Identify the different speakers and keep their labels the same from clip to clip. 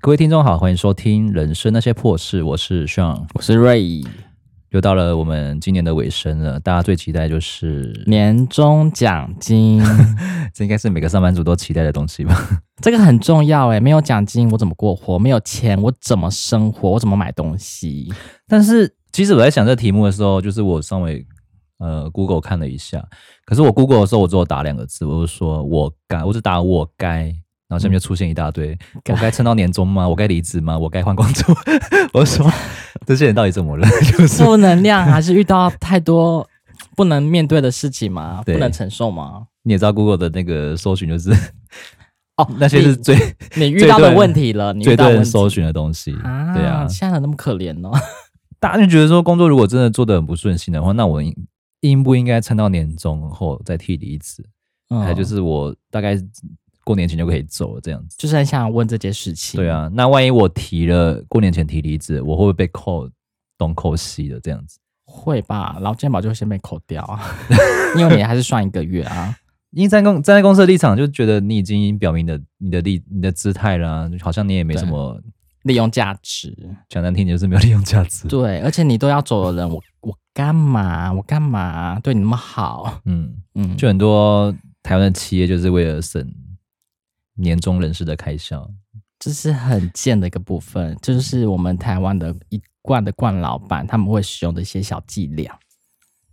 Speaker 1: 各位听众好，欢迎收听《人生那些破事》，我是 Sean。
Speaker 2: 我是瑞，
Speaker 1: 又到了我们今年的尾声了，大家最期待就是，
Speaker 2: 年终奖 金
Speaker 1: 这应该是每个上班族都期待的东西吧？
Speaker 2: 这个很重要哎，没有奖金我怎么过活？没有钱我怎么生活？我怎么买东西？
Speaker 1: 但是其实我在想这题目的时候，就是我稍微呃 Google 看了一下，可是我 Google 的时候，我只有打两个字，我就说我该，我只打我该，然后下面就出现一大堆，
Speaker 2: 该
Speaker 1: 我该撑到年终吗？我该离职吗？我该换工 作？我就说这些人到底怎么了？ 就是
Speaker 2: 负能量还是遇到太多不能面对的事情吗？不
Speaker 1: 对
Speaker 2: 能承受吗？
Speaker 1: 你也知道 Google 的那个搜寻就是
Speaker 2: 哦，
Speaker 1: 那些是最
Speaker 2: 你你遇到
Speaker 1: 最多
Speaker 2: 的
Speaker 1: 人
Speaker 2: 问题了，你
Speaker 1: 最
Speaker 2: 遇到
Speaker 1: 多
Speaker 2: 问
Speaker 1: 人
Speaker 2: 题
Speaker 1: 搜寻的东西，
Speaker 2: 啊，
Speaker 1: 对啊，
Speaker 2: 现在人那么可怜哦，
Speaker 1: 大家就觉得说，工作如果真的做的很不顺心的话，那我应应不应该撑到年终后再提离职？还有
Speaker 2: 嗯
Speaker 1: 就是我大概过年前就可以走了这样子。
Speaker 2: 就是很想问这件事情，
Speaker 1: 对，啊，那万一我提了过年前提离职，我会不会被扣东扣西的这样子？
Speaker 2: 会吧？劳健保就会先被扣掉啊， 因为你还是算一个月啊，
Speaker 1: 因为站公站在公司的立场，就觉得你已经表明的你的立你的姿态啦，好像你也没什么
Speaker 2: 利用价值。
Speaker 1: 讲难听点就是没有利用价值。
Speaker 2: 对，而且你都要走的人，我我干嘛？我干嘛对你那么好？
Speaker 1: 嗯，
Speaker 2: 嗯，
Speaker 1: 就很多台湾的企业就是为了省年终人士的开销，
Speaker 2: 这是很贱的一个部分，这就是我们台湾的一贯的惯老板他们会使用的一些小伎俩，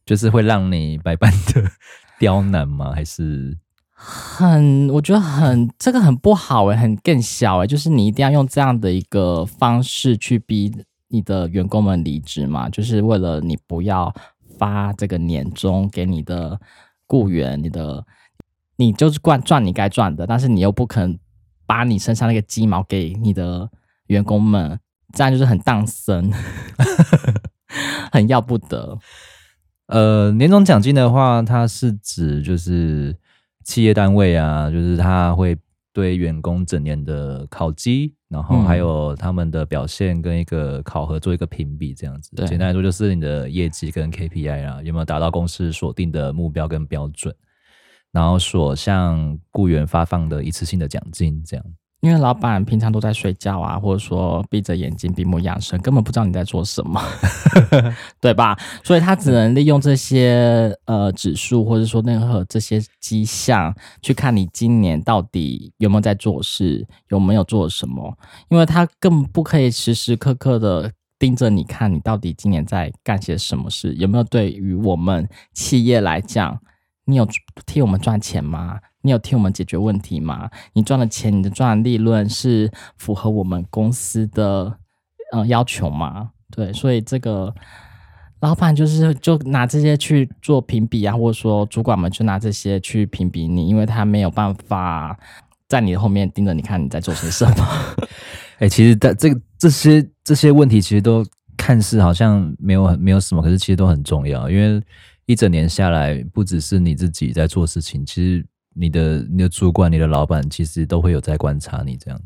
Speaker 1: 就是会让你百般的 刁难吗？还是
Speaker 2: 很我觉得很这个很不好诶、很更小诶、就是你一定要用这样的一个方式去逼你的员工们离职嘛，就是为了你不要发这个年终给你的雇员，你的你就是赚赚你该赚的，但是你又不肯把你身上那个鸡毛给你的员工们，这样就是很荡生， 很要不得。
Speaker 1: 呃，年终奖金的话，它是指就是企业单位啊，就是它会对员工整年的考绩，然后
Speaker 2: 嗯
Speaker 1: 还有他们的表现跟一个考核做一个评比，这样子。
Speaker 2: 对
Speaker 1: 简单来说，就是你的业绩跟 KPI 啦，有没有达到公司所定的目标跟标准，然后所向雇员发放的一次性的奖金，这样。
Speaker 2: 因为老板平常都在睡觉啊，或者说闭着眼睛闭目养神，根本不知道你在做什么， 对吧？所以他只能利用这些呃指数，或者说任何这些迹象，去看你今年到底有没有在做事，有没有做什么。因为他更不可以时时刻刻的盯着你看，你到底今年在干些什么事，有没有对于我们企业来讲，你有替我们赚钱吗？你有替我们解决问题吗？你赚的钱，你的赚的利润是符合我们公司的呃要求吗？对，所以这个老板就是就拿这些去做评比啊，或者说主管们就拿这些去评比你，因为他没有办法在你的后面盯着你看你在做些什么。
Speaker 1: 哎、其实但这个这些这些问题，其实都看似好像没有很没有什么，可是其实都很重要，因为一整年下来，不只是你自己在做事情，其实你的你的主管、你的老板，其实都会有在观察你这样。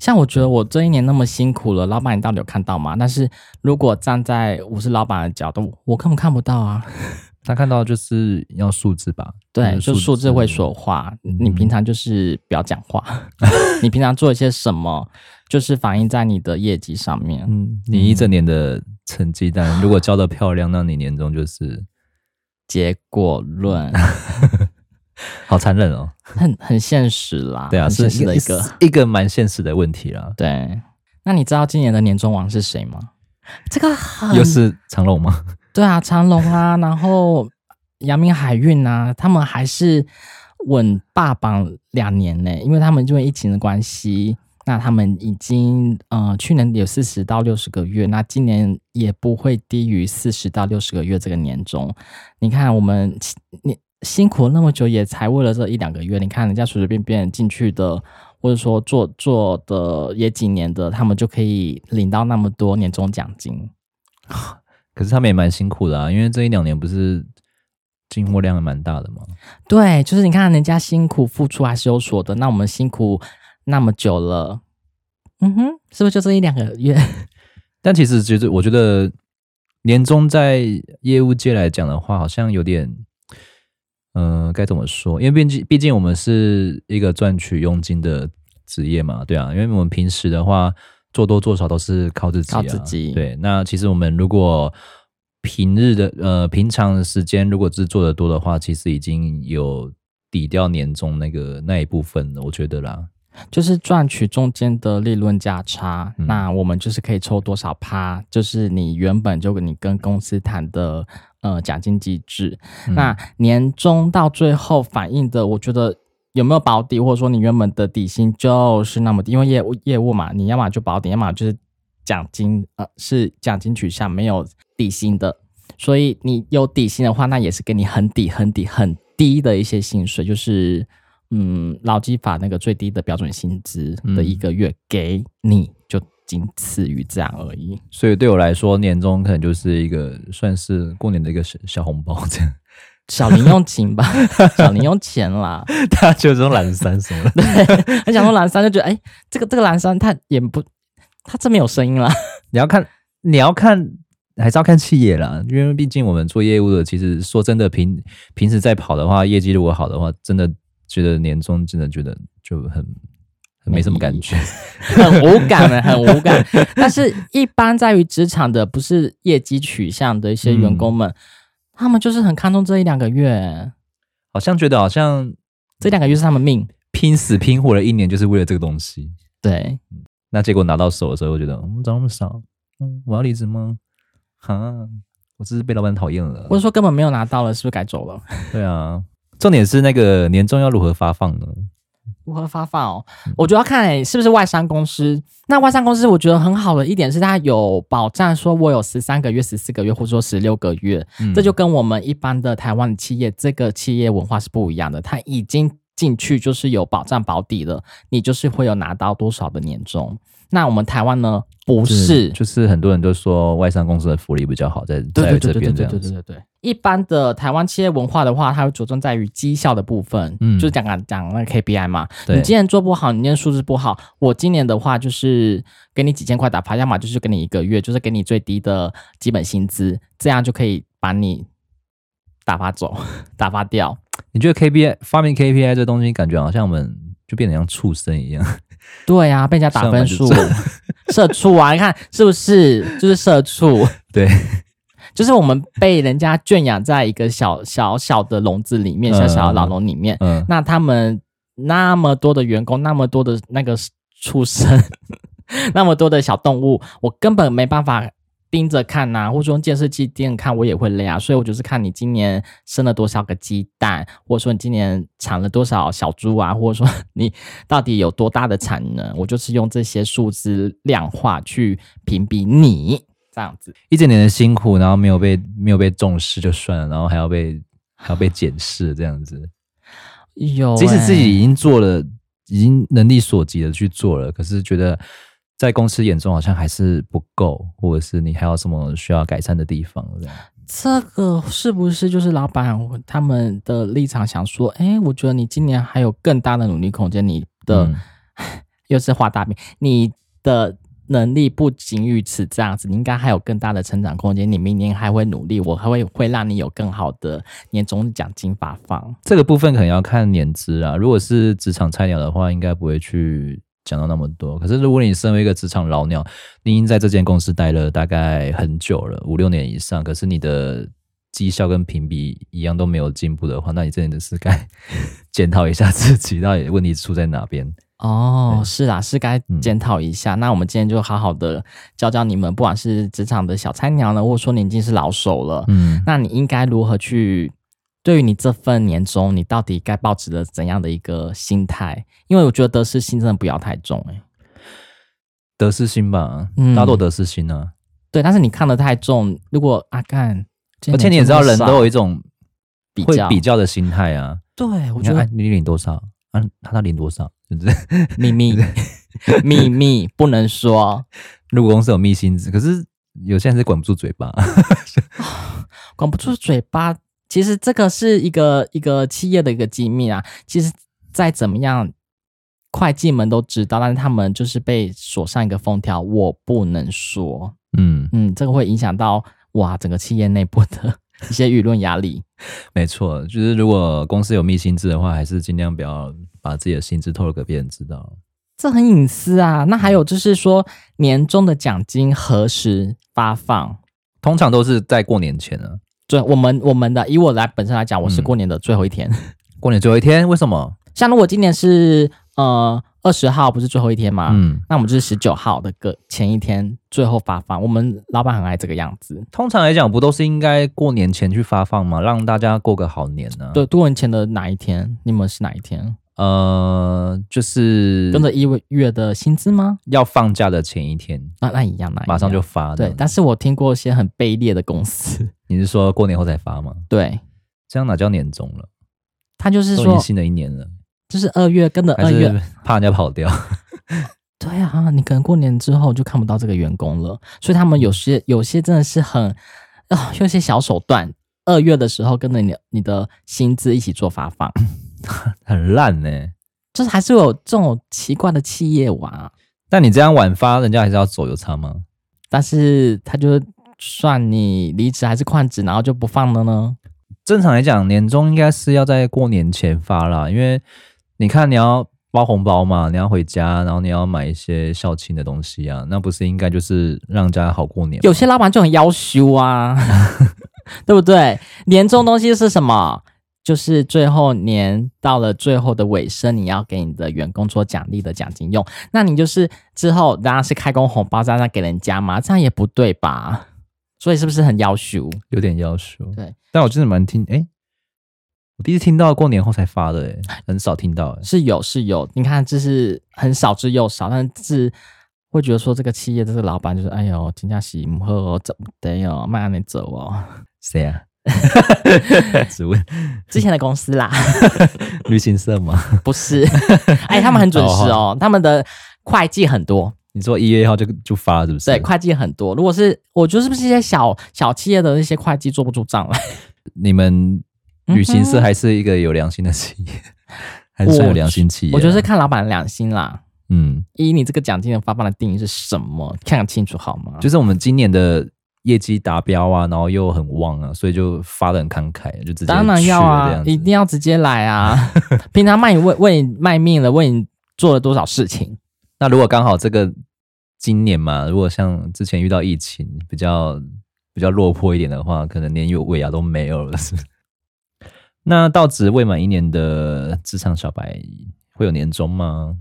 Speaker 2: 像我觉得我这一年那么辛苦了，老板你到底有看到吗？但是如果站在我是老板的角度，我根本看不到啊。
Speaker 1: 他看到就是要素质吧，
Speaker 2: 对，
Speaker 1: 是
Speaker 2: 就数字
Speaker 1: 嗯
Speaker 2: 会说话。你平常就是不要讲话， 你平常做一些什么，就是反映在你的业绩上面。
Speaker 1: 嗯，你一整年的成绩单，如果交的漂亮，那你年终就是
Speaker 2: 结果 论
Speaker 1: 好残忍哦。
Speaker 2: 很很现实啦，
Speaker 1: 对啊，
Speaker 2: 很
Speaker 1: 是
Speaker 2: 现实的一个。
Speaker 1: 一个蛮现实的问题啦。
Speaker 2: 对，那你知道今年的年终王是谁吗？这个很
Speaker 1: 又是长龙吗？
Speaker 2: 对啊，长隆啊，然后阳明海运啊，他们还是稳霸榜两年呢、因为他们因为疫情的关系，那他们已经呃去年有四十到六十个月，那今年也不会低于四十到六十个月这个年终。你看我们你辛苦了那么久，也才为了这一两个月，你看人家随随便便进去的。或者说做做的也几年的，他们就可以领到那么多年终奖金。
Speaker 1: 可是他们也蛮辛苦的啊，因为这一两年不是进货量也蛮大的嘛。
Speaker 2: 对，就是你看人家辛苦付出还是有所的，那我们辛苦那么久了，嗯哼，是不是就这一两个月？
Speaker 1: 但其实其实我觉得年终在业务界来讲的话，好像有点，呃，该怎么说？因为毕竟毕竟我们是一个赚取佣金的职业嘛，对啊，因为我们平时的话做多做少都是靠自己、啊，
Speaker 2: 靠自己
Speaker 1: 对，那其实我们如果平日的呃平常的时间，如果是做的多的话，其实已经有抵掉年终那个那一部分了，我觉得啦。
Speaker 2: 就是赚取中间的利润价差，
Speaker 1: 嗯
Speaker 2: 那我们就是可以抽多少趴，就是你原本就你跟公司谈的呃奖金机制，
Speaker 1: 嗯
Speaker 2: 那年终到最后反映的，我觉得有没有保底，或者说你原本的底薪就是那么低，因为业务业务嘛，你要么就保底，要么就是奖金呃是奖金取向没有底薪的，所以你有底薪的话，那也是给你很底很底很低的一些薪水，就是嗯劳基法那个最低的标准薪资的一个月给你，就仅此于这样而已。
Speaker 1: 所以对我来说，年终可能就是一个算是过年的一个小小红包这样。
Speaker 2: 小零用钱吧，小零用钱啦。
Speaker 1: 大家觉得这种懒散什么的？
Speaker 2: 很想说蓝山，就觉得哎、这个这个蓝山它也不，它这没有声音啦。
Speaker 1: 你要看，你要看，还是要看企业啦，因为毕竟我们做业务的，其实说真的，平平时在跑的话，业绩如果好的话，真的觉得年终真的觉得就很很没什么感觉。
Speaker 2: 很无感的，很无感。但是，一般在于职场的不是业绩取向的一些员工们，他们就是很看重这一两个月，
Speaker 1: 好像觉得好像
Speaker 2: 这两个月是他们命。
Speaker 1: 拼死拼活了一年，就是为了这个东西。
Speaker 2: 对，
Speaker 1: 那结果拿到手的时候，我觉得嗯，怎么那么少？嗯，我要离职吗？哈，我只是被老板讨厌了
Speaker 2: 或。者说根本没有拿到了，是不是该走了？
Speaker 1: 对啊，重点是那个年终要如何发放呢？
Speaker 2: 如何发放哦？我觉得要看、欸、是不是外商公司。那外商公司我觉得很好的一点是，它有保障，说我有十三个月、十四个月，或者说十六个月，
Speaker 1: 嗯
Speaker 2: 这就跟我们一般的台湾企业这个企业文化是不一样的，它已经进去就是有保障保底了，你就是会有拿到多少的年终。那我们台湾呢，不是，
Speaker 1: 就是很多人都说外商公司的福利比较好，在在
Speaker 2: 对对对
Speaker 1: 这
Speaker 2: 对对
Speaker 1: 边这
Speaker 2: 对
Speaker 1: 样
Speaker 2: 对
Speaker 1: 子。
Speaker 2: 对对。一般的台湾企业文化的话，它会着重在于绩效的部分，
Speaker 1: 嗯
Speaker 2: 就是讲啊讲那个 KPI 嘛。
Speaker 1: 对
Speaker 2: 你今年做不好，你今年数字不好，我今年的话就是给你几千块打发，要么就是给你一个月，就是给你最低的基本薪资，这样就可以把你打发走、 打发掉。
Speaker 1: 你觉得 KPI 发明 KPI 这东西，感觉好像我们就变得像畜生一样，
Speaker 2: 对呀、啊，被人家打分数
Speaker 1: 上班，
Speaker 2: 社畜啊，你看是不是？就是社畜，
Speaker 1: 对，
Speaker 2: 就是我们被人家圈养在一个小小小的笼子里面，
Speaker 1: 嗯
Speaker 2: 小小的牢笼里面。
Speaker 1: 嗯，
Speaker 2: 那他们那么多的员工，那么多的那个畜生， 那么多的小动物，我根本没办法盯着看呐、或者用监视器盯着看，我也会累啊。所以我就是看你今年生了多少个鸡蛋，或者说你今年产了多少小猪啊，或者说你到底有多大的产能，我就是用这些数字量化去评比你这样子。
Speaker 1: 一整年的辛苦，然后没有被没有被重视就算了，然后还要被还要被检视这样子。
Speaker 2: 有、
Speaker 1: 即使自
Speaker 2: 欸
Speaker 1: 己已经做了，已经能力所及的去做了，可是觉得在公司眼中好像还是不够，或者是你还有什么需要改善的地方这样。
Speaker 2: 这个是不是就是老板他们的立场想说，哎，我觉得你今年还有更大的努力空间，你的、
Speaker 1: 嗯
Speaker 2: 又是画大饼，你的能力不仅于此这样子，你应该还有更大的成长空间，你明年还会努力，我还会会让你有更好的年终奖金发放。
Speaker 1: 这个部分可能要看年资啊。如果是职场菜鸟的话，应该不会去讲到那么多。可是如果你身为一个职场老鸟，你已经在这间公司待了大概很久了，五六年以上，可是你的绩效跟评比一样都没有进步的话，那你真的是该 检讨一下自己，到底问题出在哪边。
Speaker 2: 哦，
Speaker 1: 对
Speaker 2: 是啦，是该
Speaker 1: 嗯
Speaker 2: 检讨一下。那我们今天就好好的教教你们，不管是职场的小菜鸟呢，或者说你已经是老手了，
Speaker 1: 嗯，
Speaker 2: 那你应该如何去？对于你这份年终，你到底该保持着怎样的一个心态？因为我觉得得失心真的不要太重、欸，
Speaker 1: 得失心吧，
Speaker 2: 嗯
Speaker 1: 大家都有得失心啊。
Speaker 2: 对。但是你看得太重，如果啊干，
Speaker 1: 而且你也知道，人都有
Speaker 2: 有
Speaker 1: 一种
Speaker 2: 比
Speaker 1: 会
Speaker 2: 较，
Speaker 1: 比较的心态啊。
Speaker 2: 对我
Speaker 1: 我
Speaker 2: 觉
Speaker 1: 觉得
Speaker 2: 得哎
Speaker 1: 你领多少啊？他他领多少？是不是？
Speaker 2: 秘 密秘密不能说，
Speaker 1: 如果公司有密薪资，可是有些人是管不住嘴巴。
Speaker 2: 管不住嘴巴。其实这个是一个一个企业的一个机密啊。其实再怎么样，会计们都知道，但是他们就是被锁上一个封条，我不能说。
Speaker 1: 嗯，
Speaker 2: 嗯，这个会影响到哇整个企业内部的一些舆论压力。
Speaker 1: 没错，就是如果公司有密薪资的话，还是尽量不要把自己的薪资透露给别人知道。
Speaker 2: 这很隐私啊。那还有就是说，年终的奖金何时发放？
Speaker 1: 通常都是在过年前啊，
Speaker 2: 对，我们我们的以我来本身来讲，我
Speaker 1: 嗯
Speaker 2: 是过年的最后一天。
Speaker 1: 过年最后一天，为什么？
Speaker 2: 像如果今年是呃二十号，不是最后一天吗？
Speaker 1: 嗯，
Speaker 2: 那我们就是十九号的个前一天最后发放。我们老板很爱这个样子，
Speaker 1: 通常来讲，不都是应该过年前去发放吗？让大家过个好年啊呢、
Speaker 2: 对，多文前的哪一天？你们是哪一天？
Speaker 1: 呃，就是
Speaker 2: 跟着一月的薪资吗？
Speaker 1: 要放假的前一天，
Speaker 2: 那那一样，那一样
Speaker 1: 马上就发。
Speaker 2: 哎对。但是我听过一些很卑劣的公司，
Speaker 1: 你是说过年后才发吗？
Speaker 2: 对
Speaker 1: 这样哪叫年终了？
Speaker 2: 他就是
Speaker 1: 都已经
Speaker 2: 说，
Speaker 1: 新的一年了，
Speaker 2: 就是二月跟着
Speaker 1: 还
Speaker 2: 二月
Speaker 1: 是，怕人家跑掉？
Speaker 2: 对啊，你可能过年之后就看不到这个员工了，所以他们有
Speaker 1: 嗯
Speaker 2: 些有些真的是很啊、有些小手段。二月的时候跟着你的你的薪资一起做发放，
Speaker 1: 很烂呢、
Speaker 2: 就是还是有这种奇怪的企业娃，
Speaker 1: 但你这样晚发，人家还是要走，有差吗？
Speaker 2: 但是他就算你离职还是旷职，然后就不放了呢？
Speaker 1: 正常来讲，年终应该是要在过年前发啦，因为你看你要包红包嘛，你要回家，然后你要买一些孝亲的东西啊，那不是应该就是让大家好过年吗？
Speaker 2: 有些老板就很要羞啊， 对不对？年终东西是什么？就是最后年到了最后的尾声，你要给你的员工做奖励的奖金用。那你就是之后当然是开工红包，这样给人家嘛，这样也不对吧？所以是不是很要羞？
Speaker 1: 有点要求。
Speaker 2: 对，
Speaker 1: 但我真的蛮听，哎、我第一次听到过年后才发的、 诶很少听到、诶
Speaker 2: 是有是有，你看这是很少之又少，但是会觉得说这个企业这个老板就是哎呦，金价喜母后哦，怎么得哦，慢慢走哦，
Speaker 1: 谁啊？ 只问
Speaker 2: 之前的公司啦，
Speaker 1: 旅行社吗？
Speaker 2: 不是， 哎，他们很准时哦，他们的会计很多，
Speaker 1: 你说一月一号就就发了，是不是？
Speaker 2: 对，会计很多。如果是我觉得是不是一些小小企业的那些会计做不出账啊 来，
Speaker 1: 你们
Speaker 2: 嗯
Speaker 1: 旅行社还是一个有良心的企业， 还是算有良心企业啊、
Speaker 2: 我觉得是看老板的良心啦。
Speaker 1: 嗯，
Speaker 2: 以你这个奖金的发放的定义是什么？看得清楚好吗？
Speaker 1: 就是我们今年的业绩达标啊，然后又很旺啊，所以就发的很慷慨，就直接
Speaker 2: 当然要
Speaker 1: 去了这
Speaker 2: 啊
Speaker 1: 样，子
Speaker 2: 一定要直接来啊！ 平常卖你为为你卖命了，为你做了多少事情？
Speaker 1: 那如果刚好这个今年嘛，如果像之前遇到疫情比较比较落魄一点的话，可能连有尾牙都没有了，是不是？ 那到职未满一年的职场小白会有年终吗？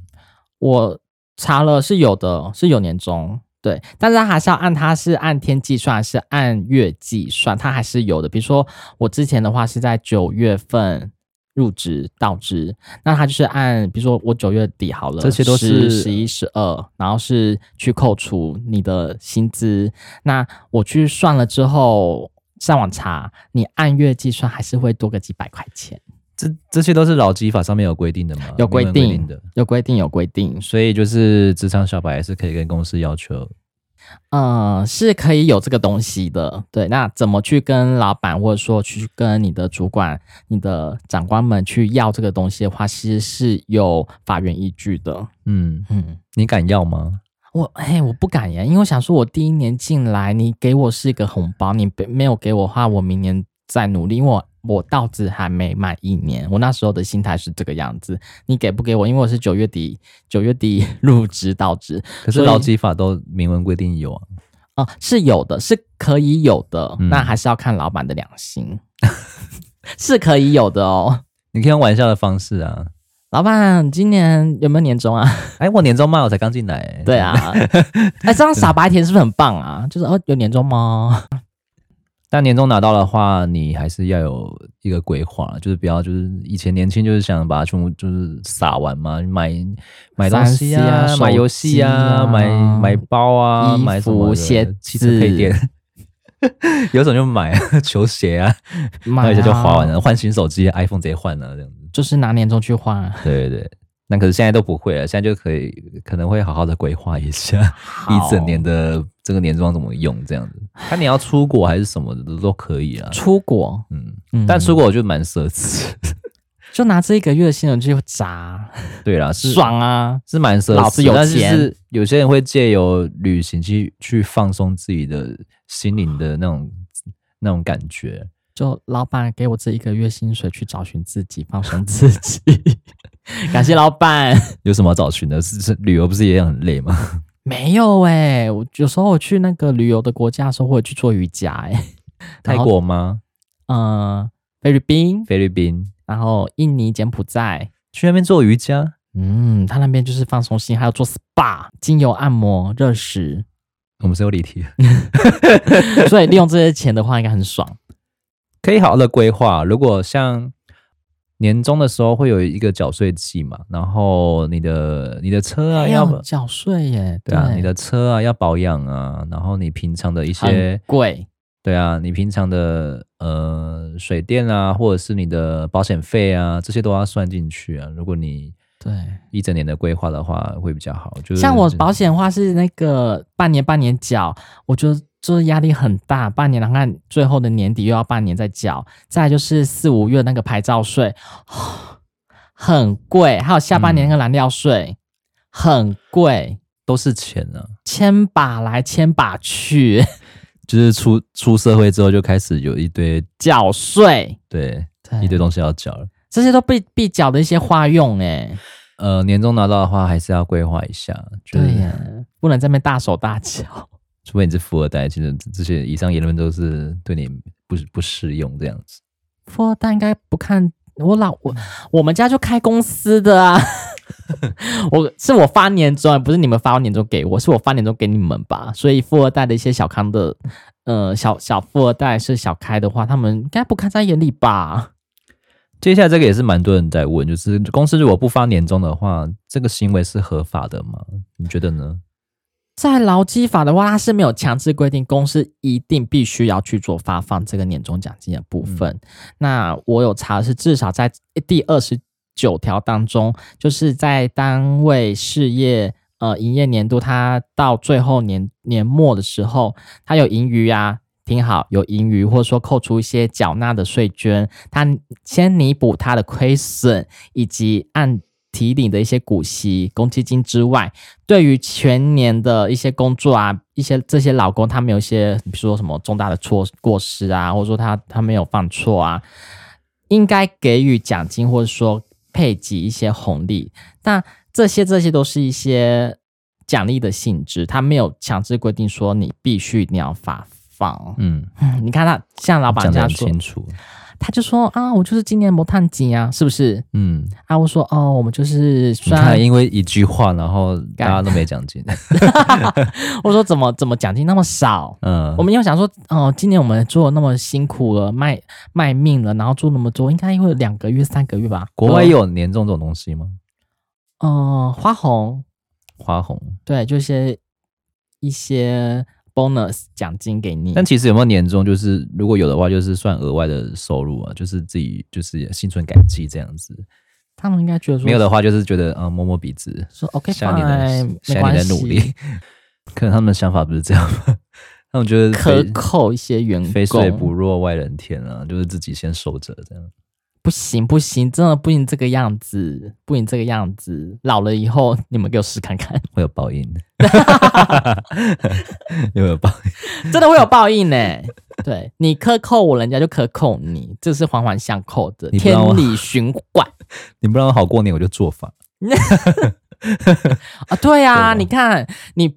Speaker 2: 我查了是有的，是有年终。对，但是它还是要按它是按天计算，还是按月计算，它还是有的。比如说我之前的话是在九月份入职到职，那它就是按，比如说我九月底好了，
Speaker 1: 这些都是
Speaker 2: 十一、十二，然后是去扣除你的薪资。那我去算了之后，上网查，你按月计算还是会多个几百块钱，
Speaker 1: 这这些都是劳基法上面有规定的吗？
Speaker 2: 有规
Speaker 1: 啊明文
Speaker 2: 定
Speaker 1: 的，
Speaker 2: 有规定，有规定。
Speaker 1: 所以就是职场小白还是可以跟公司要求。
Speaker 2: 嗯，是可以有这个东西的。对，那怎么去跟老板或者说去跟你的主管、你的长官们去要这个东西的话，其实是有法院依据的。
Speaker 1: 嗯，
Speaker 2: 嗯，
Speaker 1: 你敢要吗？
Speaker 2: 我嘿，我不敢耶，因为我想说，我第一年进来，你给我是一个红包，你没没有给我的话，我明年再努力，因为我。我到职还没满一年，我那时候的心态是这个样子。你给不给我？因为我是九月底，九月底 入职到职，
Speaker 1: 可是
Speaker 2: 所以
Speaker 1: 劳基法都明文规定有啊。
Speaker 2: 哦，是有的，是可以有的，
Speaker 1: 嗯
Speaker 2: 那还是要看老板的良心， 是可以有的哦。
Speaker 1: 你可以用玩笑的方式啊。
Speaker 2: 老板，今年有没有年终啊？
Speaker 1: 哎，我年终嘛，我才刚进来、欸
Speaker 2: 对，啊，哎、这样傻白甜是不是很棒啊？就是哦，有年终吗？
Speaker 1: 但年终拿到的话，你还是要有一个规划，就是不要就是以前年轻就是想把它全部就是撒完嘛，买买东西啊，
Speaker 2: 三 C 啊
Speaker 1: 买游戏
Speaker 2: 手
Speaker 1: 啊，
Speaker 2: 机啊
Speaker 1: 买买包啊，
Speaker 2: 衣服
Speaker 1: 买什么的
Speaker 2: 鞋子
Speaker 1: 汽车配件， 有种就买球鞋啊，那
Speaker 2: 买啊
Speaker 1: 有些就花完，了，换新手机，iPhone 直接换了这样子。
Speaker 2: 就是拿年终去花。
Speaker 1: 对对对，那可是现在都不会了，现在就可以可能会好好的规划一下。
Speaker 2: 好
Speaker 1: 一整年的这个年终怎么用这样子。看你要出国还是什么的都都可以啊。
Speaker 2: 出国，
Speaker 1: 嗯，
Speaker 2: 嗯，
Speaker 1: 但出国我就蛮奢侈。
Speaker 2: 就拿这一个月的薪水去砸，
Speaker 1: 对啦，是
Speaker 2: 爽啊！
Speaker 1: 是蛮奢侈，
Speaker 2: 老子有
Speaker 1: 但是
Speaker 2: 钱
Speaker 1: 是有些人会借由旅行去去放松自己的心灵的那种那种感觉。
Speaker 2: 就老板给我这一个月薪水去找寻自己，放松自己。 感谢老板。
Speaker 1: 有什么好找寻的？是是旅游不是也很累吗？
Speaker 2: 没有哎、我有时候我去那个旅游的国家的时候，我有去做瑜伽哎、
Speaker 1: 泰
Speaker 2: 然后
Speaker 1: 国吗？
Speaker 2: 呃，菲律宾，
Speaker 1: 菲律宾？
Speaker 2: 然后印尼、柬埔寨，
Speaker 1: 去那边做瑜伽？
Speaker 2: 嗯，他那边就是放松心，还有做 SPA、精油按摩、热食，
Speaker 1: 我们是有离题了，
Speaker 2: 所以利用这些钱的话，应该很爽。
Speaker 1: 可以好好的规划。如果像年终的时候会有一个缴税季嘛，然后你的你的车啊
Speaker 2: 还
Speaker 1: 要
Speaker 2: 要哎缴税耶，
Speaker 1: 对啊，你的车啊要保养啊，然后你平常的一些
Speaker 2: 很贵，
Speaker 1: 对啊，你平常的呃水电啊，或者是你的保险费啊，这些都要算进去啊。如果你
Speaker 2: 对，
Speaker 1: 一整年的规划的话，会比较好。就是
Speaker 2: 像我保险的话是那个半年半年缴，我觉得就是压力很大，半年然后看最后的年底又要半年再缴，再来就是四五月那个牌照税，很贵，还有下半年那个燃料税、很贵，
Speaker 1: 都是钱啊，
Speaker 2: 千把来千把去
Speaker 1: 就是出出社会之后就开始有一堆
Speaker 2: 缴税，
Speaker 1: 对
Speaker 2: 对
Speaker 1: 一堆东西要缴了。
Speaker 2: 这些都必必缴的一些花用哎，
Speaker 1: 呃，年终拿到的话，还是要规划一下。就是、
Speaker 2: 对呀，不能在那边大手大脚。
Speaker 1: 除非你是富二代，其实这这些以上言论都是对你不不适用这样子。
Speaker 2: 富二代应该不看我老我我们家就开公司的啊，我是我发年终，不是你们发年终给我，是我发年终给你们吧。所以富二代的一些小康的，呃，小小富二代是小开的话，他们应该不看在眼里吧？
Speaker 1: 接下来这个也是蛮多人在问，就是公司如果不发年终的话，这个行为是合法的吗？你觉得呢？
Speaker 2: 在劳基法的话，它是没有强制规定公司一定必须要去做发放这个年终奖金的部分。那我有查的是，至少在第二十九条当中，就是在单位事业呃营业年度，它到最后年年末的时候，它有盈余啊，听好，有盈余，或者说扣除一些缴纳的税捐，它先弥补它的亏损，以及按提领的一些股息、公积金之外，对于全年的一些工作啊，一些这些老公他们有一些，比如说什么重大的错过失啊，或者说他他没有犯错啊，应该给予奖金或者说配给一些红利。那这些这些都是一些奖励的性质，他没有强制规定说你必须一定要发放。
Speaker 1: 嗯，
Speaker 2: 嗯你看他像老板
Speaker 1: 讲
Speaker 2: 这
Speaker 1: 得
Speaker 2: 样
Speaker 1: 很
Speaker 2: 说，
Speaker 1: 清楚。
Speaker 2: 他就说啊，我就是今年没探景啊，是不是？
Speaker 1: 嗯，
Speaker 2: 啊，我说哦，我们就是
Speaker 1: 你
Speaker 2: 虽然
Speaker 1: 看，因为一句话，然后大家都没奖金。
Speaker 2: 我说怎么怎么奖金那么少？
Speaker 1: 嗯，
Speaker 2: 我们又想说，哦、今年我们做那么辛苦了，卖卖命了，然后做那么多，应该会有两个月、三个月吧。
Speaker 1: 国外，有年终这种东西吗？
Speaker 2: 嗯、花红，
Speaker 1: 花红，
Speaker 2: 对，就是一些 bonus 奖金给你。
Speaker 1: 但其实有没有年终，就是如果有的话，就是算额外的收入啊，就是自己就是心存感激这样子。
Speaker 2: 他们应该觉得说
Speaker 1: 没有的话，就是觉得嗯摸摸鼻子，
Speaker 2: 说 OK
Speaker 1: 下年的
Speaker 2: fine，没
Speaker 1: 下
Speaker 2: 关
Speaker 1: 年
Speaker 2: 系，
Speaker 1: 的努力。可能他们的想法不是这样吧？他们觉得
Speaker 2: 克
Speaker 1: 非
Speaker 2: 扣一些员
Speaker 1: 肥水
Speaker 2: 工，
Speaker 1: 不落外人田啊，就是自己先守着这样。
Speaker 2: 不行不行，真的不行这个样子，不行这个样子。老了以后你们给我试看看，
Speaker 1: 会有报 应的，有没有报应？
Speaker 2: 真的会有报应呢、对你克扣我，人家就克扣你，这是环环相扣的
Speaker 1: 你不
Speaker 2: 天
Speaker 1: 要
Speaker 2: 理循环
Speaker 1: 你不让我好过年，我就做法。
Speaker 2: 啊！对
Speaker 1: 对啊
Speaker 2: 啊，你看你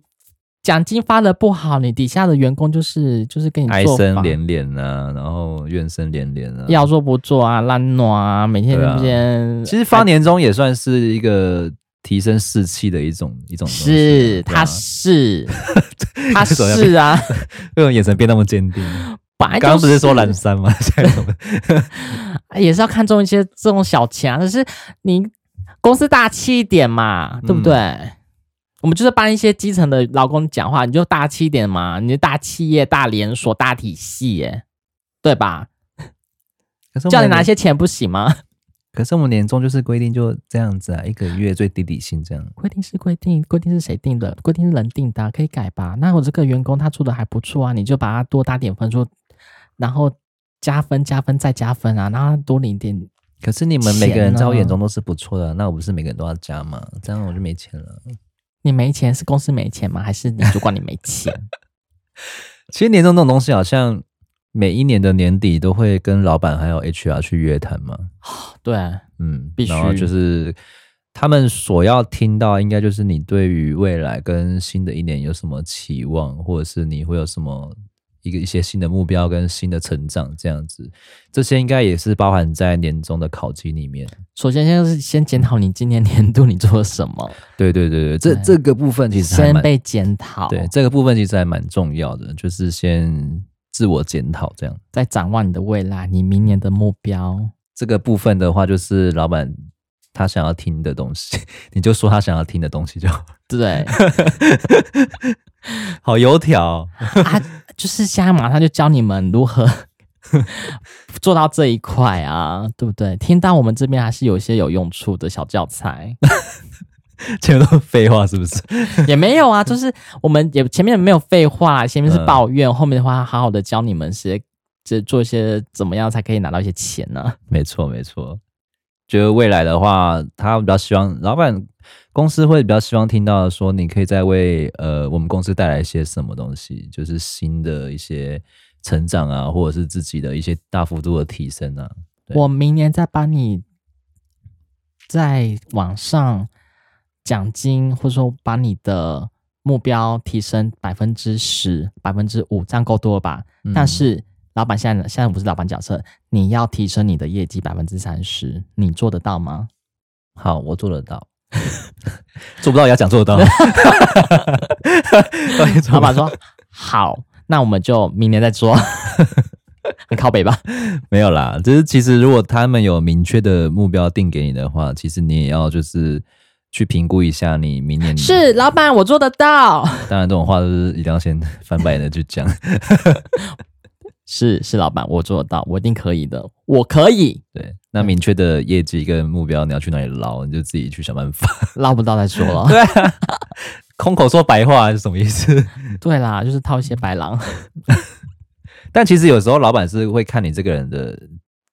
Speaker 2: 奖金发的不好，你底下的员工就是就是跟你
Speaker 1: 哀
Speaker 2: 做
Speaker 1: 声
Speaker 2: 法
Speaker 1: 连连啊，然后怨声连连啊。
Speaker 2: 要做不做啊，烂暖啊，每天
Speaker 1: 对啊
Speaker 2: 那边、
Speaker 1: 其实发年终也算是一个提升士气的一种一种东西啊。
Speaker 2: 是
Speaker 1: 对啊
Speaker 2: 他
Speaker 1: 为
Speaker 2: 是他
Speaker 1: 什么要
Speaker 2: 是 啊，
Speaker 1: 为什么眼神变那么坚定？
Speaker 2: 本来
Speaker 1: 刚刚
Speaker 2: 哎就
Speaker 1: 不是说蓝山吗？ 现在怎么
Speaker 2: 也是要看重一些这种小钱啊，但是你公司大气一点嘛，对不对？我们就是帮一些基层的劳工讲话，你就大气一点嘛，你是大企业、大连锁、大体系耶，对吧？
Speaker 1: 可是我们
Speaker 2: 叫你拿一些钱不行吗？
Speaker 1: 可是我们年终就是规定就这样子啊，一个月最低底薪这样。
Speaker 2: 规定是规定，规定是谁定的？规定是人定的啊、可以改吧？那我这个员工他做的还不错啊，你就把他多打点分数，然后加分、加分再加分啊，然后多领点。
Speaker 1: 可是你们每个人在我
Speaker 2: 钱啊
Speaker 1: 眼中都是不错的，那我不是每个人都要加吗？这样我就没钱 了。
Speaker 2: 你没钱是 公司没钱吗？还是你主管你没钱？
Speaker 1: 其实年终这种东西，好像每一年的年底都会跟老板还有 HR 去约谈嘛，
Speaker 2: 对，
Speaker 1: 嗯，
Speaker 2: 必
Speaker 1: 然后
Speaker 2: 须
Speaker 1: 就是他们所要听到，应该就是你对于未来跟新的一年有什么期望，或者是你会有什么一个一些新的目标跟新的成长这样子，这些应该也是包含在年终的考绩里面。
Speaker 2: 首先先是先检讨你今年年度你做了什么，
Speaker 1: 对对对对，这这个部分其实还
Speaker 2: 先
Speaker 1: 蛮
Speaker 2: 被检讨，
Speaker 1: 对这个部分其实还蛮重要的，就是先自我检讨这样。
Speaker 2: 再展望你的未来，你明年的目标。
Speaker 1: 这个部分的话，就是老板他想要听的东西， 你就说他想要听的东西就好。
Speaker 2: 对
Speaker 1: 好油条，
Speaker 2: 啊，就是现在马上就教你们如何 做到这一块啊，对不对？听到我们这边还是有一些有用处的小 教材，
Speaker 1: 全部都是废话，是不 是？
Speaker 2: 也没有啊，就是我们也前面没有废话，前面是
Speaker 1: 嗯
Speaker 2: 抱怨，后面的话好好的教你们些这做一些怎么样才可以拿到一些钱呢、
Speaker 1: 没错，没错。觉得未来的话，他比较希望老板公司会比较希望听到说，你可以再为呃我们公司带来一些什么东西，就是新的一些成长啊，或者是自己的一些大幅度的提升啊。对
Speaker 2: 我明年再帮你在网上奖金，或者说把你的目标提升百分之十、百分之五，这样够多了吧？
Speaker 1: 嗯
Speaker 2: 但是老板现在现在我不是老板角色，你要提升你的业绩百分之三十，你做得到吗？
Speaker 1: 好，我做得到， 做不到也要讲做 得到。到底做
Speaker 2: 老
Speaker 1: 不
Speaker 2: 板说好，那我们就明年再 做。很靠北吧？
Speaker 1: 没有啦，就是其实如果他们有明确的目标定给你的话，其实你也要就是去评估一下你明年。
Speaker 2: 是老板，我做得到。
Speaker 1: 当然这种话就是一定要先翻白眼的去讲。
Speaker 2: 是是，老板，我做得到，我一定可以的，我可以。
Speaker 1: 对，那明确的业绩跟目标你要去哪里捞，你就自己去想办法。
Speaker 2: 捞不到再说了。
Speaker 1: 对啊， 空口说白话是什么意思？
Speaker 2: 对啦，就是套一些白狼。
Speaker 1: 但其实有时候老板是会看你这个人的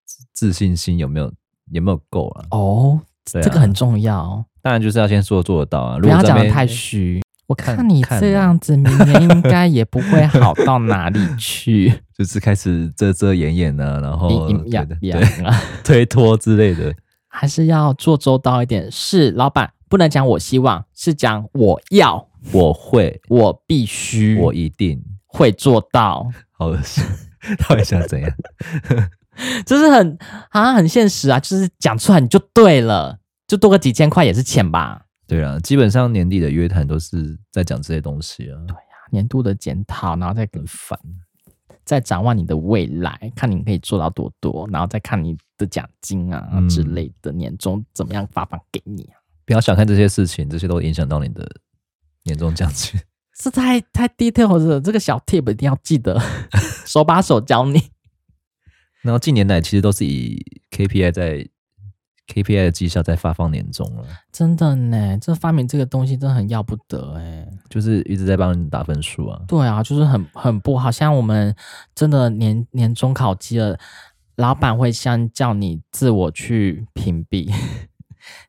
Speaker 1: 自自信心有没有有没有够啊。
Speaker 2: 哦，
Speaker 1: 对啊
Speaker 2: 这个很重要，
Speaker 1: 当然就是要先说做得到啊，如
Speaker 2: 不
Speaker 1: 果
Speaker 2: 要
Speaker 1: 这
Speaker 2: 讲的
Speaker 1: 边
Speaker 2: 太虚。我
Speaker 1: 看
Speaker 2: 看你
Speaker 1: 看
Speaker 2: 这
Speaker 1: 了
Speaker 2: 样子，明年应该也不会好到哪里去。
Speaker 1: 就是开始遮遮掩掩呢、啊，然后
Speaker 2: 你你呀
Speaker 1: 对
Speaker 2: 呀
Speaker 1: 对
Speaker 2: 啊，
Speaker 1: 推脱之类的。
Speaker 2: 还是要做周到一点。是老板不能讲我希望，是讲我要，
Speaker 1: 我会，
Speaker 2: 我必须，
Speaker 1: 我一定，
Speaker 2: 会做 到。
Speaker 1: 好恶心， 到底想怎样？
Speaker 2: 就是很啊，很现实啊，就是讲出来你就对了，就多个几千块也是钱吧。
Speaker 1: 对啊，基本上年底的约谈都是在讲这些东西啊，
Speaker 2: 年度的检讨，然后再
Speaker 1: 很烦。
Speaker 2: 再展望你的未来，看你可以做到多多，然后再看你的奖金啊、
Speaker 1: 嗯
Speaker 2: 之类的，年终怎么样发放给你啊？
Speaker 1: 不要小看这些事情，这些都影响到你的年终奖金。
Speaker 2: 这太太 detail 了，这个小 tip 一定要记得， 手把手教你。
Speaker 1: 然后近年来其实都是以 KPI 在 KPI 的绩效在发放年终啊了，
Speaker 2: 真的呢，这发明这个东西真的很要不得哎。
Speaker 1: 就是一直在帮你打分数啊。
Speaker 2: 对啊，就是很很不好，像我们真的年年终考绩了，老板会先叫你自我去屏蔽，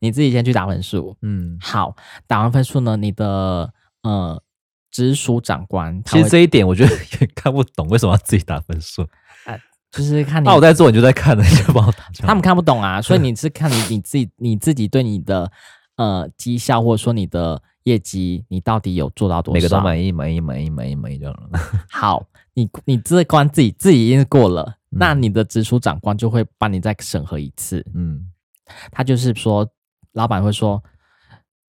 Speaker 2: 你自己先去打分数，
Speaker 1: 嗯，
Speaker 2: 好，打完分数呢，你的呃直属长官，他
Speaker 1: 其
Speaker 2: 会
Speaker 1: 实这一点我觉得 也看不懂，为什么要自己打分数？
Speaker 2: 就是看你，
Speaker 1: 那我在做，你就在看了，你就帮我打就好。
Speaker 2: 他们看不懂啊，所以你是看你你自己你自己对你的呃绩效或者说你的业绩，你到底有做到多少？
Speaker 1: 每个都满意，满意，满意，满意，满意就好了。
Speaker 2: 好，你你这关自己自己已经过了，
Speaker 1: 嗯
Speaker 2: 那你的直属长官就会帮你再审核一次，
Speaker 1: 嗯，
Speaker 2: 他就是说，老板会说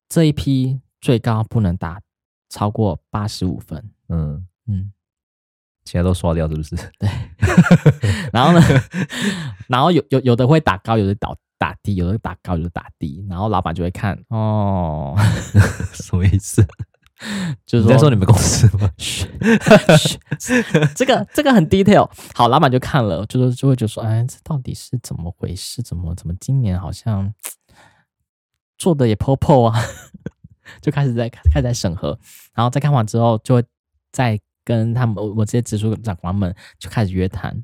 Speaker 2: 这一批最高不能打超过八十五分，
Speaker 1: 嗯，
Speaker 2: 嗯。
Speaker 1: 其他都刷掉是不是？
Speaker 2: 然后呢， 然后有有有的会打高，有的打打低，有的打高，有的打低，然后老板就会看哦，
Speaker 1: 什么意思？
Speaker 2: 就
Speaker 1: 你
Speaker 2: 是说
Speaker 1: 在说你们公司吗？
Speaker 2: 嘘嘘这个这个很 detail。好，老板就看了，就是就会觉得说，哎，这到底是怎么回事？怎么怎么今年好像做的也 popo 啊？ 就开始在开始在审核，然后再看完之后，就会再跟他们我我这些直属长官们就开始约谈，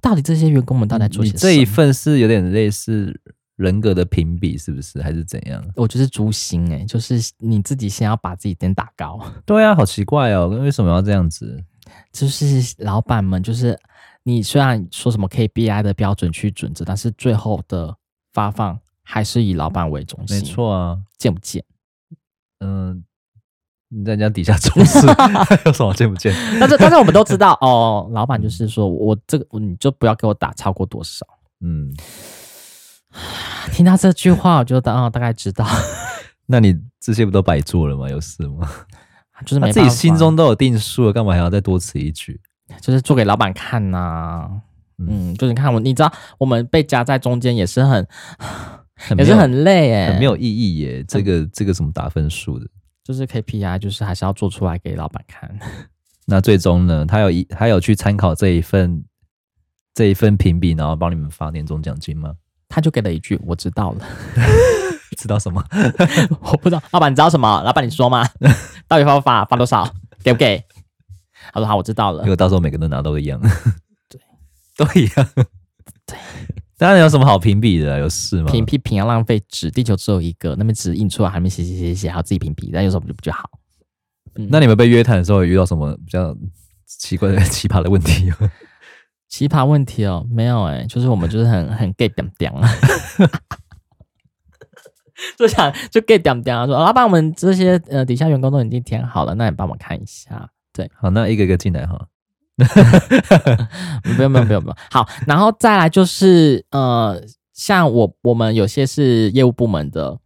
Speaker 2: 到底这些员工们到底在做
Speaker 1: 你
Speaker 2: 些什么？
Speaker 1: 这一份是有点类似人格的评比，是不是？还是怎样？
Speaker 2: 我就是诛心哎、就是你自己先要把自己先打高，
Speaker 1: 对啊，好奇怪哦，为什么要这样子？
Speaker 2: 就是老板们，就是你虽然说什么 KPI 的标准去准则，但是最后的发放还是以老板为中心，
Speaker 1: 没，错啊，
Speaker 2: 见不见？
Speaker 1: 嗯、你在人家底下做事 有什么见不见？
Speaker 2: 但是但是我们都知道哦，老板就是说我这个你就不要给我打超过多少。
Speaker 1: 嗯，
Speaker 2: 听到这句话，我就大哦大概知道，
Speaker 1: 那你这些不都白做了吗？有事吗？
Speaker 2: 就是
Speaker 1: 他
Speaker 2: 没
Speaker 1: 自己
Speaker 2: 办法
Speaker 1: 心中都有定数了，干嘛还要再多此一举？
Speaker 2: 就是做给老板看呐、
Speaker 1: 嗯
Speaker 2: 嗯，就是你看我，你知道我们被夹在中间也是很
Speaker 1: 很欸嗯
Speaker 2: 也
Speaker 1: 没
Speaker 2: 是
Speaker 1: 有
Speaker 2: 很累哎、
Speaker 1: 很没有意义耶。这个这个什么打分数的？
Speaker 2: 就是 KPI，就是还是要做出来给老板看。
Speaker 1: 那最终呢，他有一他有去参考这一份这一份评比，然后帮你们发年终奖金吗？
Speaker 2: 他就给了一句：“我知道了，
Speaker 1: 知道什么？
Speaker 2: 我不知道。”老板，你知道什么？老板，你说嘛？ 到底发不发？发多少？给不给？他说：“好，我知道了
Speaker 1: 如。果到时候每个人都拿到一样，对， 都一样，对。当然有什么好评比的？有事”吗？
Speaker 2: 评批评要浪费纸，地球只有一个，那边纸印出来还没写写写写，还要自己评批，但有时候不就不就好？
Speaker 1: 那你们被约谈的时候有遇到什么比较奇怪的、 奇葩的问题吗？
Speaker 2: 奇葩问题哦，没有哎、就是我们就是很很 gay 点点啊， 就想就 gay 点点啊，说老板，我们这些呃底下员工都已经填好了，那你帮我看一下。
Speaker 1: 好，那一个一个进来哈。
Speaker 2: 不用不用不用不用。好，然后再来就是呃，像我我们有些是业务部门的，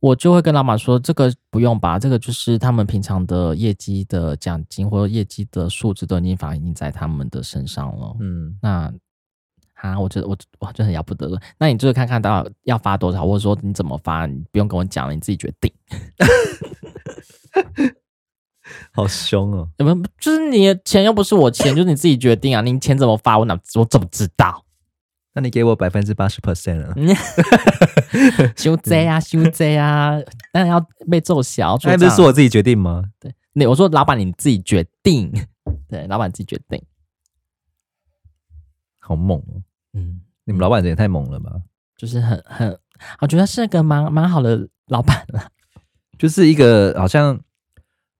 Speaker 2: 我就会跟老板说，这个不用吧，这个就是他们平常的业绩的奖金或者业绩的数字都已经反映在他们的身上了。
Speaker 1: 嗯，
Speaker 2: 那啊，我觉得我我就很要不得了。那你就是看看到底要发多少，或者说你怎么发，你不用跟我讲了，你自己决定。
Speaker 1: 好凶哦。
Speaker 2: 你们呃就是你的钱又不是我钱，就是你自己决定啊。你钱怎么发，我哪我怎么知道？
Speaker 1: 那你给我百分之八十 percent 了，
Speaker 2: 修 Z 啊，修 Z 啊，当然要被奏小。
Speaker 1: 嗯那不是说我自己决定吗？
Speaker 2: 那我说老板你自己决定， 对，老板自己决定。
Speaker 1: 好猛哦！
Speaker 2: 嗯，
Speaker 1: 你们老板人也太猛了吧？
Speaker 2: 就是很很，我觉得是个蛮蛮好的老板啊了。
Speaker 1: 就是一个好像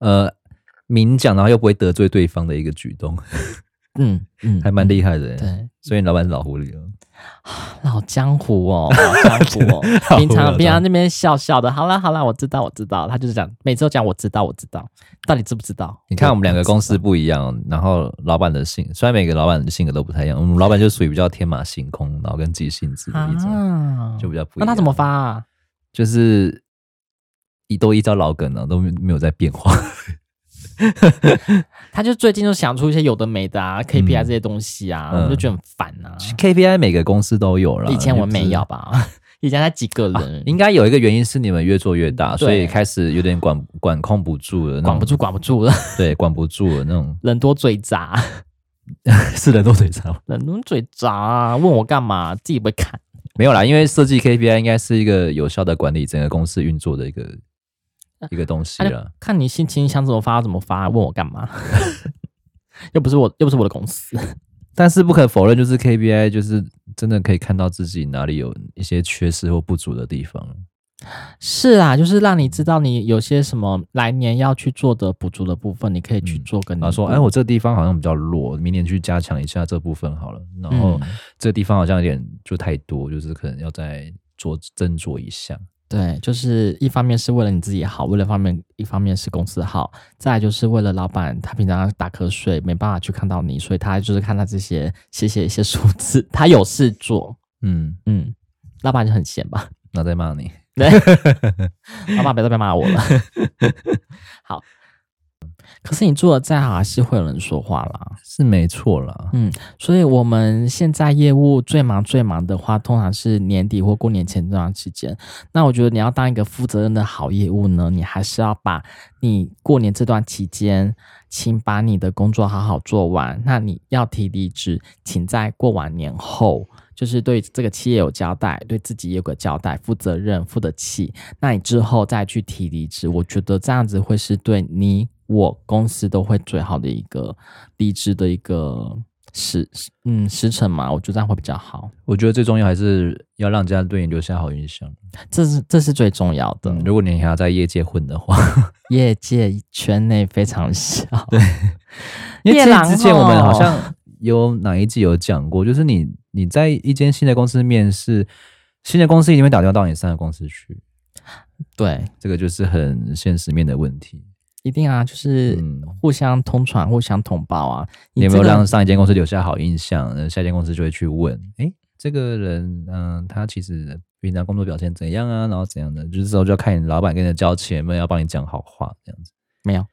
Speaker 1: 呃明讲，然后又不会得罪对方的一个举动，
Speaker 2: 嗯嗯，
Speaker 1: 还蛮厉害的。欸
Speaker 2: 对，
Speaker 1: 所以你老板是老狐狸哦。
Speaker 2: 老江 湖哦，老江湖哦，平
Speaker 1: 老
Speaker 2: 常
Speaker 1: 江
Speaker 2: 平常那边笑笑的，好啦好啦，我知道我知道，他就是讲每次都讲我知道我知道，到底知不知道？
Speaker 1: 你看我们两个公司
Speaker 2: 不知
Speaker 1: 不一样，然后老板的性，虽然每个老板的性格都不太一样，我们老板就属于比较天马行空，然后跟急性子
Speaker 2: 道
Speaker 1: 的一种，
Speaker 2: 啊，
Speaker 1: 就比较不一样。
Speaker 2: 那他怎么发？啊？
Speaker 1: 就是一都依照老梗啊了，都没没有在变化。
Speaker 2: 哦 他就最近就想出一些有的没的啊，KPI
Speaker 1: 嗯
Speaker 2: 这些东西啊，
Speaker 1: 嗯
Speaker 2: 我就觉得很烦啊。
Speaker 1: KPI 每个公司都有了，
Speaker 2: 以前我
Speaker 1: 就不是
Speaker 2: 没有吧， 以前才几个人，
Speaker 1: 应该有一个原因是你们越做越大，
Speaker 2: 嗯对
Speaker 1: 所以开始有点管管控不住了，那种
Speaker 2: 管不住管不住了，
Speaker 1: 对，管不住了那种
Speaker 2: 人多嘴杂，
Speaker 1: 是人都嘴馋。
Speaker 2: 人多嘴杂啊，问我干嘛？自己不会看。
Speaker 1: 没有啦，因为设计 KPI 应该是一个有效的管理整个公司运作的一个一个东西
Speaker 2: 啊
Speaker 1: 了。
Speaker 2: 看你心情想怎么发怎么发，问我干嘛？ 又不是我，又不是我的公司。
Speaker 1: 但是不可否认，就是 KPI 就是真的可以看到自己哪里有一些缺失或不足的地方。
Speaker 2: 嗯是啊，就是让你知道你有些什么来年要去做的补足的部分，你可以去做跟你、
Speaker 1: 然后说，哎，我这地方好像比较弱，明年去加强一下这部分好了。然后
Speaker 2: 嗯
Speaker 1: 这地方好像有点就太多，就是可能要再做斟酌一下。
Speaker 2: 对，就是一方面是为了你自己好，为了方面一方面是公司好，再来就是为了老板，他平常要打瞌睡，没办法去看到你，所以他就是看到这些写写一些数字，他有事做，
Speaker 1: 嗯，
Speaker 2: 嗯，老板就很闲吧，
Speaker 1: 然后再骂你。
Speaker 2: 对，老板别再别骂我了， 好，可是你做的再好，还是会有人说话啦，
Speaker 1: 是没错啦，
Speaker 2: 嗯所以我们现在业务最忙最忙的话，通常是年底或过年前这段期间。那我觉得你要当一个负责任的好业务呢，你还是要把你过年这段期间，请把你的工作好好做完。那你要提离职，请在过完年后。就是对这个企业有交代，对自己也有个交代，负责任、负得起。那你之后再去提离职，我觉得这样子会是对你、我公司都会最好的一个离职的一个时嗯时辰嘛，我觉得这样会比较好，
Speaker 1: 我觉得最重要还是要让人家对你留下好印象。
Speaker 2: 这是这是最重要的。
Speaker 1: 嗯，如果你还要在业界混的话，
Speaker 2: 业界圈内非常小，
Speaker 1: 因为
Speaker 2: 夜
Speaker 1: 之
Speaker 2: 郎哦
Speaker 1: 之前我们
Speaker 2: 吼
Speaker 1: 好像有哪一季有讲过，就是你你在一间新的公司面试，新的公司一定会打电话到你上个公司去，
Speaker 2: 对，
Speaker 1: 这个就是很现实面的问题。
Speaker 2: 一定啊，就是
Speaker 1: 嗯
Speaker 2: 互相通传、互相通报啊。
Speaker 1: 你有没有
Speaker 2: 这个
Speaker 1: 让上一间公司留下好印象？呃下一间公司就会去问，哎、这个人，嗯、他其实平常工作表现怎样啊？然后怎样的？就是之后就要看你老板跟你的交情有没有要帮你讲好话，这样子。
Speaker 2: 没有，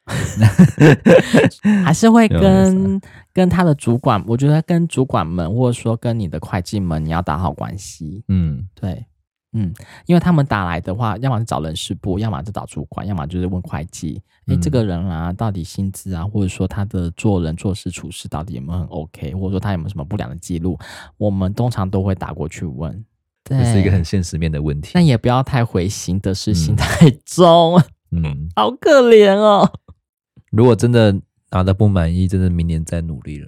Speaker 2: 还是会跟跟他的主管，我觉得跟主管们，或者说跟你的会计们，你要打好关系。
Speaker 1: 嗯，
Speaker 2: 对，嗯，因为他们打来的话，要么是找人事部，要么就找主管，要么就是问会计，诶，
Speaker 1: 嗯
Speaker 2: 这个人啊，到底薪资啊，或者说他的做人做事处事到底有没有很 OK，或者说他有没有什么不良的记录，我们通常都会打过去问。
Speaker 1: 这
Speaker 2: 对，
Speaker 1: 是一个很现实面的问题
Speaker 2: 但。也不要太灰心，得失
Speaker 1: 嗯
Speaker 2: 心太重，
Speaker 1: 嗯，
Speaker 2: 好可怜哦。
Speaker 1: 如果真的拿的不满意，真的明年再努力了。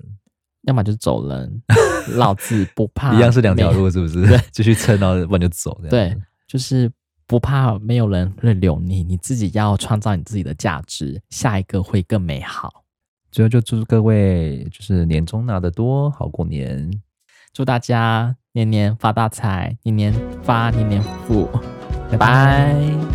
Speaker 2: 要么就是走人， 老子不怕，
Speaker 1: 一样是两条，路，是不是？ 继续撑，然后不然就走。这样
Speaker 2: 对
Speaker 1: 子，
Speaker 2: 就是不怕没有人会留你，你自己要创造你自己的价值，下一个会更美好。
Speaker 1: 最后就祝各位就是年终拿的多，好过年。
Speaker 2: 祝大家年年发大财，年年发，年年富，
Speaker 1: 拜拜
Speaker 2: 拜 拜